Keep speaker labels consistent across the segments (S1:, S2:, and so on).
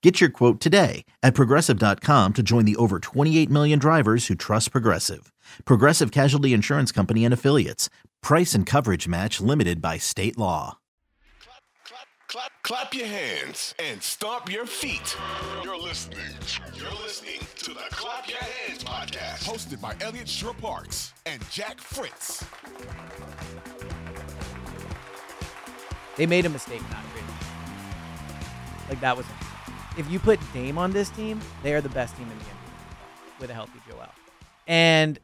S1: Get your quote today at progressive.com to join the over 28 million drivers who trust Progressive. Progressive Casualty Insurance Company and Affiliates. Price and coverage match limited by state law.
S2: Clap, clap, clap, clap your hands and stomp your feet. You're listening. You're listening to the Clap Your Hands podcast, hosted by Elliot Shore Parks and Jack Fritz.
S3: They made a mistake not trading. Like that was. If you put Dame on this team, they are the best team in the NBA with a healthy Joel. And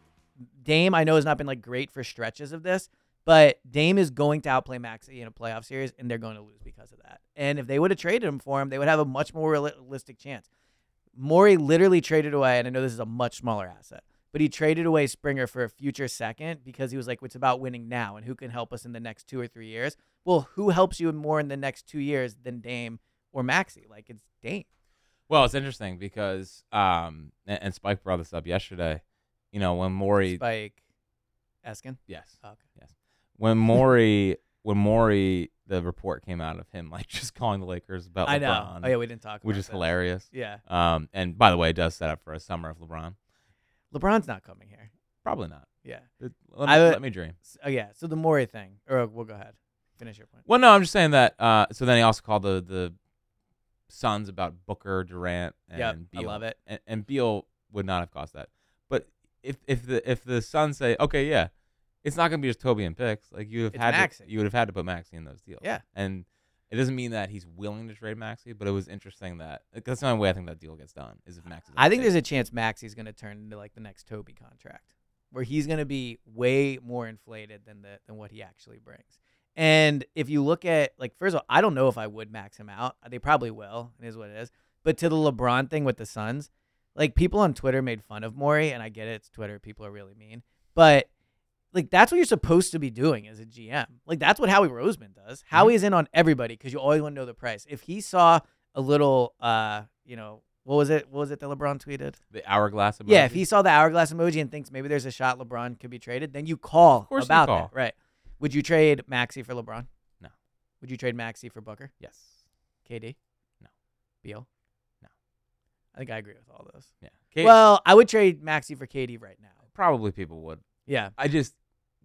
S3: Dame, I know has not been like great for stretches of this, but Dame is going to outplay Maxi in a playoff series, and they're going to lose because of that. And if they would have traded him for him, they would have a much more realistic chance. Morey literally traded away, and I know this is a much smaller asset, but he traded away Springer for a future second because he was like, it's about winning now and who can help us in the next two or three years. Well, who helps you more in the next two years than Dame or Maxi? Like, it's Dame.
S4: Well, it's interesting because um and, and Spike brought this up yesterday. You know, when Maury
S3: Spike Eskin.
S4: Yes.
S3: Okay.
S4: Yes. When Maury when Maury the report came out of him like just calling the Lakers about
S3: I know.
S4: LeBron.
S3: Oh, yeah, we didn't talk about
S4: Which is
S3: that.
S4: hilarious.
S3: Yeah.
S4: Um and by the way, it does set up for a summer of LeBron.
S3: LeBron's not coming here.
S4: Probably not.
S3: Yeah.
S4: It- Let me,
S3: I would-
S4: let me dream.
S3: S- Oh, yeah. So the Morey thing, or uh, we'll go ahead. Finish your point.
S4: Well, no, I'm just saying that uh so then he also called the the Suns about Booker, Durant and
S3: Yep, I
S4: Beal.
S3: love it.
S4: And, and Beal would not have cost that. But if if the if the Suns say, okay, yeah, it's not gonna be just Toby and picks. Like you have
S3: It's
S4: had to,
S3: Maxey.
S4: you would have had to put Maxi in those deals.
S3: Yeah.
S4: and it doesn't mean that he's willing to trade Maxi, but it was interesting that like, that's the only way I think that deal gets done is if Maxi.
S3: I think there's a chance Maxi's going to turn into like the next Toby contract, where he's going to be way more inflated than the than what he actually brings. And if you look at like first of all, I don't know if I would max him out. They probably will. It is what it is. But to the LeBron thing with the Suns, like people on Twitter made fun of Maury, and I get it. It's Twitter. People are really mean, but like that's what you're supposed to be doing as a GM. Like that's what Howie Roseman does. Howie's in on everybody because you always want to know the price. If he saw a little, uh, you know, what was it? What was it that LeBron tweeted?
S4: the hourglass. Emoji.
S3: Yeah, if he saw the hourglass emoji and thinks maybe there's a shot LeBron could be traded, then you call
S4: course you
S3: about
S4: call.
S3: that, right? Would you trade Maxi for LeBron?
S4: No.
S3: Would you trade Maxi for Booker?
S4: yes,
S3: KD?
S4: No.
S3: Beal?
S4: No.
S3: I think I agree with all those.
S4: yeah, K-
S3: Well, I would trade Maxi for KD right now.
S4: probably people would.
S3: Yeah.
S4: I just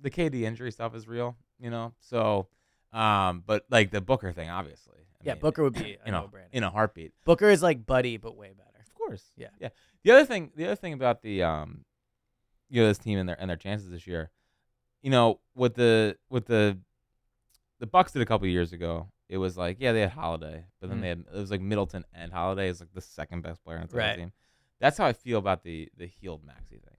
S4: the KD injury stuff is real, you know. So, um, but like the Booker thing, obviously. I
S3: Yeah,
S4: mean,
S3: Booker would be a
S4: in a
S3: no-brainer.
S4: in a heartbeat.
S3: Booker is like Buddy, but way better.
S4: Of course.
S3: Yeah.
S4: Yeah. The other thing, the other thing about the um, you know, this team and their and their chances this year, you know, what the what the the Bucks did a couple years ago, it was like yeah they had Holiday, but then
S3: Mhm.
S4: they had it was like Middleton and Holiday is like the second best player on the
S3: Right.
S4: team. That's how I feel about the the healed Maxi thing.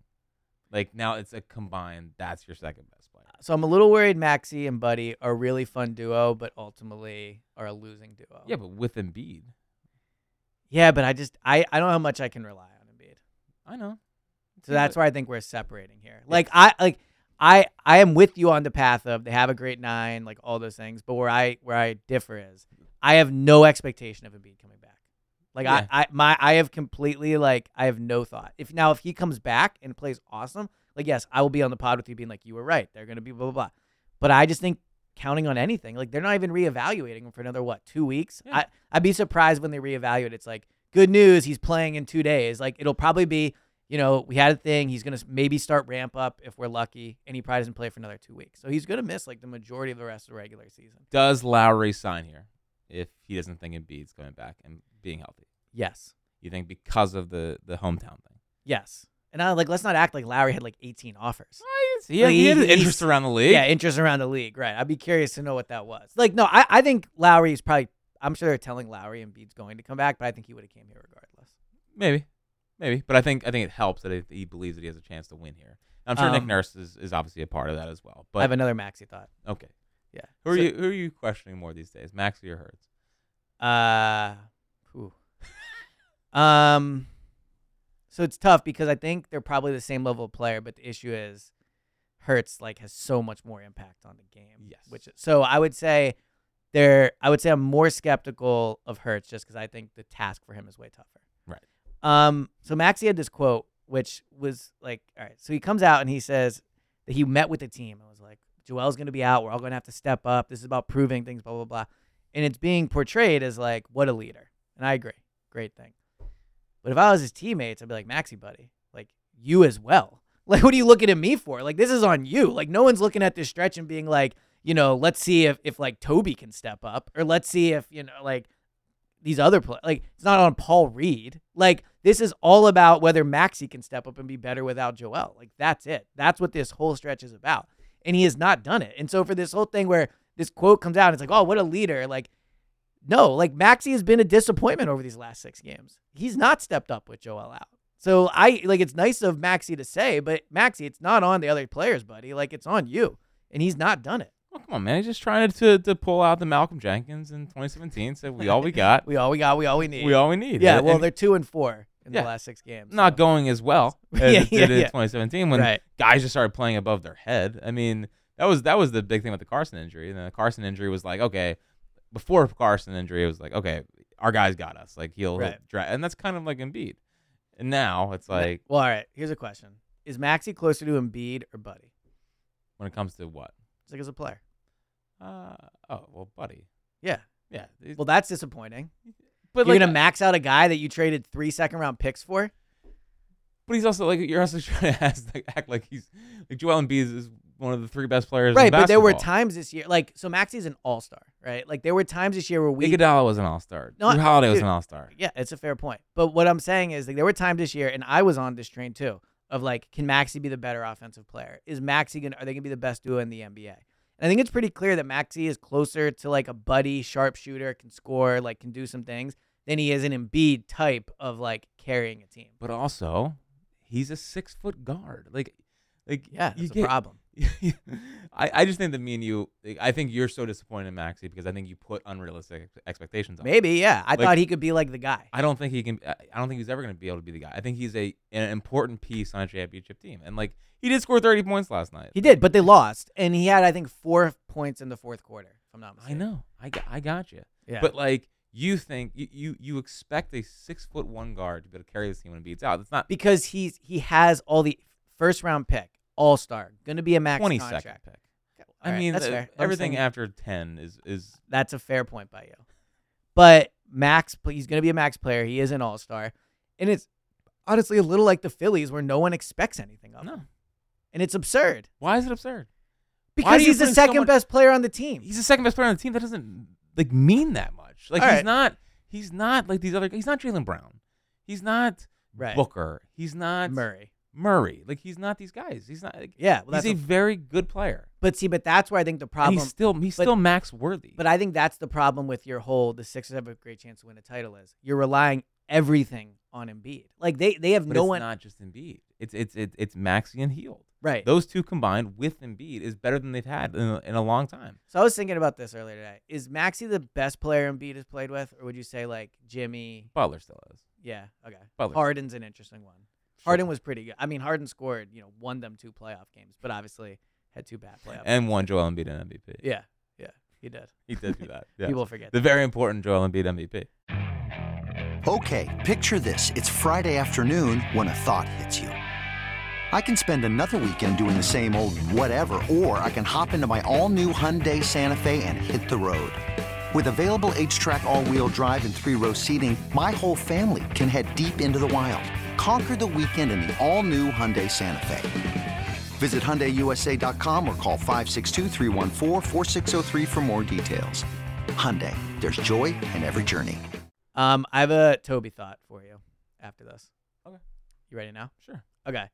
S4: Like now it's a combined. That's your second best player.
S3: So I'm a little worried Maxi and Buddy are a really fun duo, but ultimately are a losing duo.
S4: Yeah, but with Embiid,
S3: yeah, but I just I, I don't know how much I can rely on Embiid.
S4: I know.
S3: So
S4: Yeah,
S3: that's
S4: but-
S3: where I think we're separating here. Like I like I I am with you on the path of they have a great nine, like all those things. But where I where I differ is I have no expectation of Embiid coming back. Like
S4: Yeah.
S3: I, I my I have completely like I have no thought. If now if he comes back and plays awesome, like yes, I will be on the pod with you being like you were right. They're gonna be blah blah blah. But I just think counting on anything. Like they're not even reevaluating him for another what two weeks.
S4: Yeah.
S3: I I'd be surprised when they reevaluate. It's like good news, he's playing in two days. Like it'll probably be you know we had a thing. He's gonna s- maybe start ramp up if we're lucky, and he probably doesn't play for another two weeks. So he's gonna miss like the majority of the rest of the regular season.
S4: Does Lowry sign here if he doesn't think Embiid's coming back and being healthy?
S3: Yes,
S4: You think because of the the hometown thing?
S3: yes. And I like let's not act like Lowry had like 18 offers.
S4: He had, he had
S3: He- he's-
S4: interest around the league.
S3: Yeah, interest around the league. Right. I'd be curious to know what that was. Like, no, I, I think Lowry is probably. I'm sure they're telling Lowry and Bede's going to come back, but I think he would have came here regardless.
S4: Maybe, maybe. But I think I think it helps that he believes that he has a chance to win here. I'm sure Nick
S3: Um,
S4: Nurse is, is obviously a part of that as well.
S3: I
S4: But
S3: have another maxi thought.
S4: okay,
S3: Yeah.
S4: who are
S3: So-
S4: you who are you questioning more these days, Max or your Herds?
S3: Uh, whew. um, so it's tough because I think they're probably the same level of player, but the issue is Hertz like has so much more impact on the game.
S4: Yes.
S3: which is, so I would say there. I would say I'm more skeptical of Hertz just because I think the task for him is way tougher.
S4: Right.
S3: Um. So Maxi had this quote, which was like, all right. So he comes out and he says that he met with the team and was like, Joel's going to be out. We're all going to have to step up. This is about proving things. Blah blah blah and it's being portrayed as like what a leader. And I agree, great thing. But if I was his teammates, I'd be like Maxi, buddy, like you as well. Like what are you looking at me for? Like this is on you. Like no one's looking at this stretch and being like, you know, let's see if if like Toby can step up, or let's see if you know like these other play. Like it's not on Paul Reed. Like this is all about whether Maxi can step up and be better without Joel. Like that's it. That's what this whole stretch is about. And he has not done it. And so for this whole thing where this quote comes out, it's like, oh, what a leader. Like no, like Maxi has been a disappointment over these last six games. He's not stepped up with Joel out. So I like it's nice of Maxi to say, but Maxi, it's not on the other players, buddy. Like it's on you, and he's not done it.
S4: Oh come on, man! He's just trying to to pull out the Malcolm Jenkins in 2017. Said we all we got,
S3: We all we got, we all we need.
S4: we all we need.
S3: yeah.
S4: And-
S3: Well,
S4: and
S3: they're two and four in
S4: Yeah.
S3: the last six games.
S4: not
S3: so.
S4: going as well as
S3: Yeah,
S4: it did
S3: yeah,
S4: in
S3: yeah.
S4: 2017 when
S3: Right.
S4: guys just started playing above their head. I mean, that was that was the big thing with the Carson injury. And then the Carson injury was like, okay, before Carson injury, it was like, okay, our guy's got us. Like he'll, he'll
S3: Right.
S4: dra- and that's kind of like Embiid. And now it's like
S3: Well, all right. Here's a question: Is Maxi closer to Embiid or Buddy?
S4: when it comes to what?
S3: It's like as a player.
S4: Uh, oh well, buddy,
S3: Yeah.
S4: yeah. he's-
S3: Well, that's disappointing.
S4: but
S3: You're
S4: like,
S3: gonna max out a guy that you traded three second round picks for.
S4: but he's also like you're also trying to ask, like, act like he's like Joel Embiid is- is one of the three best players.
S3: Right,
S4: in
S3: but there were
S4: basketball.
S3: times this year, like so. Maxi's an all star, right? Like there were times this year where we
S4: Iguodala was an all star.
S3: No,
S4: Drew Holiday was
S3: dude.
S4: an all star.
S3: Yeah, it's a fair point. But what I'm saying is, like, there were times this year, and I was on this train too, of like, can Maxi be the better offensive player? Is Maxi gonna? Are they gonna be the best duo in the NBA? And I think it's pretty clear that Maxi is closer to like a buddy sharpshooter, can score, like can do some things, than he is an Embiid type of like carrying a team.
S4: but also he's a six foot guard. Like, like
S3: Yeah,
S4: you
S3: that's a problem.
S4: I I just think that me and you, like, I think you're so disappointed in Maxi because I think you put unrealistic ex- expectations on. him.
S3: Maybe, yeah. I
S4: Like-
S3: thought he could be like the guy.
S4: I don't think he can. I I don't think he's ever going to be able to be the guy. I think he's a an important piece on a championship team, and like he did score thirty points last night.
S3: He did, but they lost, and he had I think four points in the fourth quarter. If I'm not
S4: I
S3: mistaken.
S4: know. I got, I got you.
S3: Yeah.
S4: But like you think you you, you expect a six foot one guard to be able to carry this team when it beats out. That's not
S3: because he's he has all the first round pick, all star, gonna be a max
S4: twenty second
S3: contract.
S4: pick.
S3: All
S4: I
S3: right,
S4: mean,
S3: that's
S4: the-
S3: fair. I'm
S4: everything
S3: saying
S4: after ten is is
S3: that's a fair point by you. But max, pl- he's gonna be a max player. He is an all star, and it's honestly a little like the Phillies, where no one expects anything of him,
S4: no.
S3: and it's absurd
S4: Why is it absurd? Why
S3: because
S4: do you
S3: he's the
S4: put in so
S3: second
S4: much-
S3: best player on the team.
S4: He's the second best player on the team. That doesn't like mean that much. Like
S3: All
S4: he's
S3: right.
S4: not. He's not like these other. He's not Jalen Brown. He's not
S3: Right.
S4: Booker. He's not
S3: Murray.
S4: Murray. Like he's not these guys. He's not. Like,
S3: Yeah, well, that's
S4: he's a
S3: a-
S4: very good player.
S3: but see, but that's where I think the
S4: And
S3: problem.
S4: he's still he's
S3: but-
S4: still max worthy.
S3: But I think that's the problem with your whole the Sixers have a great chance to win a title is you're relying everything on Embiid. Like they they have
S4: But
S3: no
S4: it's
S3: one
S4: not just Embiid. It's it's it's, it's Maxi and Heald.
S3: right.
S4: Those two combined with Embiid is better than they've had in a, in a long time.
S3: So I was thinking about this earlier today. Is Maxi the best player Embiid has played with, or would you say like Jimmy?
S4: Butler still is.
S3: Yeah, okay.
S4: Butler.
S3: Harden's an interesting one. Harden was pretty good. I mean, Harden scored, you know, won them two playoff games, but obviously had two bad playoff.
S4: and one Joel Embiid an MVP.
S3: yeah, yeah, he did.
S4: he did do that. Yeah.
S3: People forget.
S4: the
S3: that.
S4: very important Joel Embiid MVP.
S5: Okay, picture this. It's Friday afternoon when a thought hits you. I can spend another weekend doing the same old whatever, or I can hop into my all-new Hyundai Santa Fe and hit the road. With available H-track all-wheel drive and three-row seating, my whole family can head deep into the wild. Conquer the weekend in the all-new Hyundai Santa Fe. Visit HyundaiUSA.com or call 562-314-4603 for more details. Hyundai, there's joy in every journey.
S3: Um, I have a Toby thought for you after this.
S4: Okay.
S3: You ready now?
S4: Sure.
S3: Okay.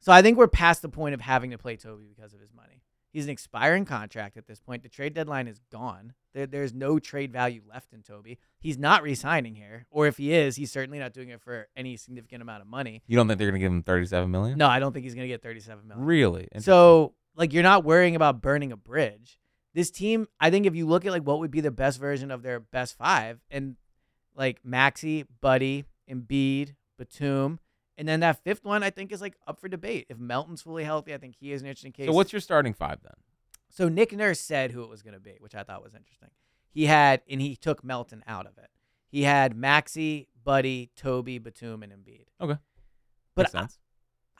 S3: So I think we're past the point of having to play Toby because of his money. He's an expiring contract at this point. The trade deadline is gone. There, there's no trade value left in Toby. He's not re-signing here, or if he is, he's certainly not doing it for any significant amount of money.
S4: You don't think they're gonna give him thirty-seven million?
S3: No, I don't think he's going to get 37 million.
S4: Really?
S3: So, like, you're not worrying about burning a bridge. This team, I think, if you look at like what would be the best version of their best five, and like Maxi, Buddy, Embiid, Batum, and then that fifth one, I think, is like up for debate. If Melton's fully healthy, I think he is an interesting case.
S4: So what's your starting five then?
S3: So Nick Nurse said who it was going to be, which I thought was interesting. He had, and he took Melton out of it. He had Maxi, Buddy, Toby, Batum, and Embiid.
S4: Okay.
S3: But
S4: Makes
S3: I-
S4: sense.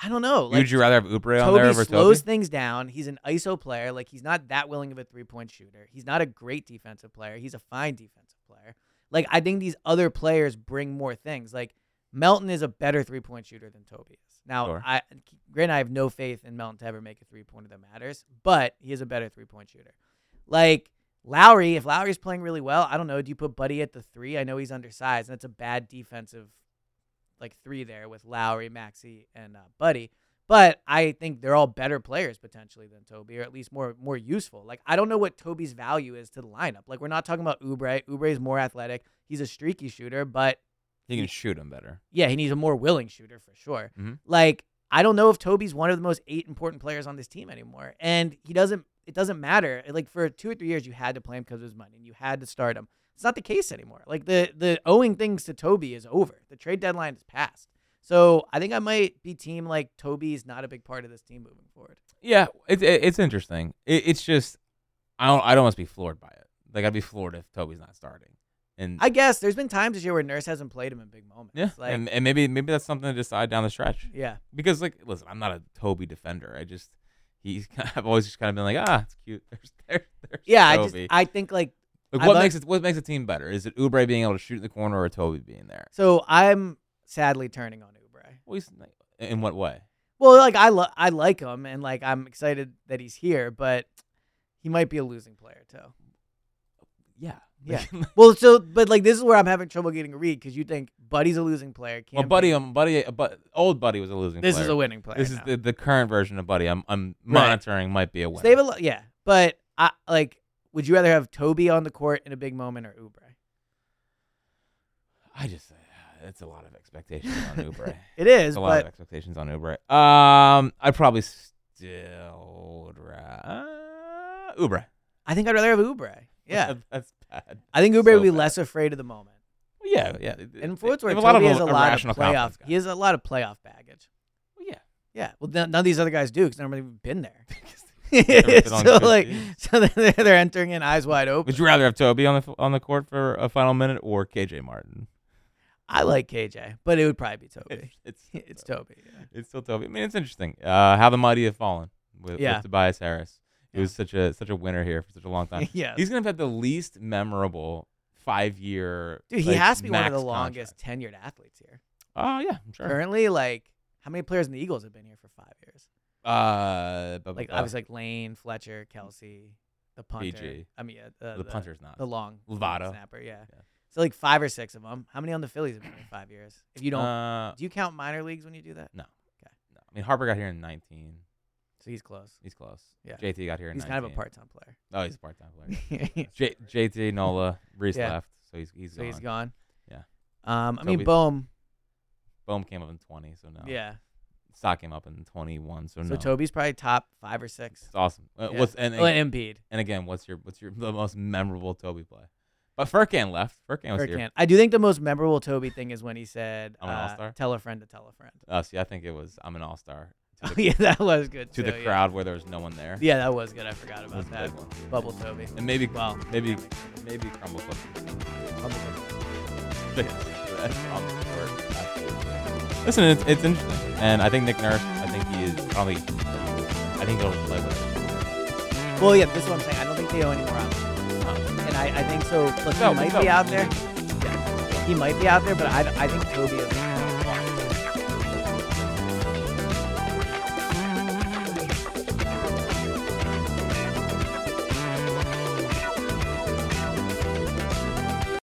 S3: I, don't know. Like,
S4: Would you rather have Oubre on
S3: Toby
S4: there over
S3: slows
S4: Toby?
S3: things down. He's an ISO player. Like he's not that willing of a three point shooter. He's not a great defensive player. He's a fine defensive player. Like I think these other players bring more things. Like Melton is a better three point shooter than Toby is. Now
S4: Sure.
S3: I granted I have no faith in Melton to ever make a three pointer that matters, but he is a better three point shooter. Like Lowry, if Lowry's playing really well, I don't know. Do you put Buddy at the three? I know he's undersized, and that's a bad defensive like three there with Lowry, Maxi, and uh, Buddy. But I think they're all better players potentially than Toby, or at least more more useful. Like I don't know what Toby's value is to the lineup. Like we're not talking about Ubre. Ubre is more athletic. He's a streaky shooter, but
S4: He can shoot him better.
S3: yeah, he needs a more willing shooter for sure.
S4: Mhm.
S3: Like I don't know if Toby's one of the most eight important players on this team anymore, and he doesn't. It doesn't matter. Like for two or three years, you had to play him because of his money, and you had to start him. It's not the case anymore. Like the the owing things to Toby is over. The trade deadline is passed. So I think I might be team like Toby's not a big part of this team moving forward.
S4: Yeah, it's it, it's interesting. It, it's just I don't I don't want to be floored by it. Like I'd be floored if Toby's not starting. And
S3: I guess there's been times this year where Nurse hasn't played him in big moments.
S4: yeah,
S3: like
S4: and, and maybe maybe that's something to decide down the stretch.
S3: yeah,
S4: Because like listen, I'm not a Toby defender. I just he's I've always just kind of been like ah, it's cute. There's there's, there's
S3: yeah. I just
S4: Toby.
S3: I think like
S4: Like,
S3: I
S4: what
S3: like-
S4: makes it what makes a team better? Is it Ubre being able to shoot in the corner or Toby being there?
S3: so. I'm sadly turning on Ubre.
S4: Well, he's, in what way?
S3: Well, like I lo- I like him and like I'm excited that he's here, but he might be a losing player too.
S4: Yeah,
S3: Yeah.
S4: Like,
S3: Well, so but like this is where I'm having trouble getting a read because you think Buddy's a losing player.
S4: well,
S3: Cam
S4: buddy,
S3: Payne-
S4: um, buddy, uh, but old buddy was a losing.
S3: this
S4: player.
S3: is a winning player.
S4: This is
S3: now.
S4: the, the current version of buddy. I'm I'm
S3: Right.
S4: monitoring might be a
S3: So
S4: win.
S3: they have a lo- yeah, but I like. Would you rather have Toby on the court in a big moment or Ubre?
S4: I just uh, it's a lot of expectations on Ubre.
S3: It is,
S4: It's a lot of
S3: but
S4: expectations on Ubre. Um, I probably still would ra- uh, Ubre.
S3: I think I'd rather have Ubre. Yeah,
S4: that's bad.
S3: I think Ubre
S4: so
S3: would be
S4: bad.
S3: less afraid of the moment.
S4: Well, yeah, yeah.
S3: And
S4: They-
S3: for what's
S4: they
S3: worth, Toby
S4: have a lot of
S3: has a
S4: ir-
S3: lot of
S4: irrational confidence,
S3: playoff.
S4: guys.
S3: He has a lot of playoff baggage.
S4: Well, yeah.
S3: Yeah. Well, none, none of these other guys do because they've never even been there.
S4: been on
S3: so
S4: good
S3: like,
S4: teams.
S3: so they're, they're entering in eyes wide open.
S4: Would you rather have Toby on the f- on the court for a final minute or KJ Martin?
S3: I like KJ, but it would probably be Toby.
S4: It's it's,
S3: it's Toby.
S4: It's still Toby. I mean, it's interesting uh, how the mighty have fallen with, with
S3: Yeah.
S4: Tobias Harris. He was
S3: Yeah.
S4: such a such a winner here for such a long
S3: Yeah.
S4: time.
S3: yeah.
S4: He's gonna have had the least memorable five year.
S3: Dude, he has to be one of the longest tenured athletes here.
S4: Oh yeah, I'm sure.
S3: Currently, like, how many players in the Eagles have been here for five years?
S4: Oh Uh, but
S3: Like,
S4: uh,
S3: I was like Lane, Fletcher, Kelsey, the punter.
S4: PG.
S3: I mean, uh, uh,
S4: the punter's not.
S3: the long
S4: Lovato.
S3: snapper. Yeah.
S4: Yeah.
S3: So like five or six of them. How many on the Phillies have been here five years? If you don't,
S4: Uh,
S3: do you count minor leagues when you do that?
S4: no. I mean, Harper got here in 19.
S3: So he's close.
S4: He's close.
S3: Yeah.
S4: JT got here in
S3: He's
S4: 19.
S3: kind of a part-time player.
S4: Oh, he's a part time player.
S3: so
S4: J- JT Nola Reese
S3: Yeah.
S4: left, so he's he's gone.
S3: he's gone.
S4: Yeah.
S3: Um, I mean,
S4: Toby-
S3: Bohm.
S4: Bohm came up in 20, so no.
S3: Yeah.
S4: Stock came up in 21, so,
S3: So
S4: no.
S3: Toby's probably top five or six.
S4: It's awesome. Uh,
S3: Yeah.
S4: What's and,
S3: Oh, and Embiid.
S4: and again, what's your what's your the most memorable Toby play? But Furkan left. Furkan was here.
S3: Furkan. I do think the most memorable Toby thing is when he said,
S4: I'm an
S3: uh,
S4: all-star?
S3: "Tell a friend to tell a friend."
S4: Uh, see, I think it was I'm an all star
S3: Oh
S4: to, the,
S3: yeah, that was good.
S4: to
S3: too,
S4: the
S3: yeah.
S4: crowd where there was no one there.
S3: Yeah, that was good. I forgot
S4: That was
S3: about
S4: a
S3: that.
S4: big one.
S3: Bubble Toby.
S4: And maybe
S3: Wow.
S4: maybe maybe crumble cookies. That's on the court. Listen, it's, it's interesting, and I think Nick Nurse. I think he is probably. I think they'll play with it.
S3: Well, yeah, this is what I'm saying. I don't think they owe any more options. Uh, And I, I think so. Look,
S4: No,
S3: he might
S4: no.
S3: be out there. Yeah. He might be out there, but I, I think Toby is.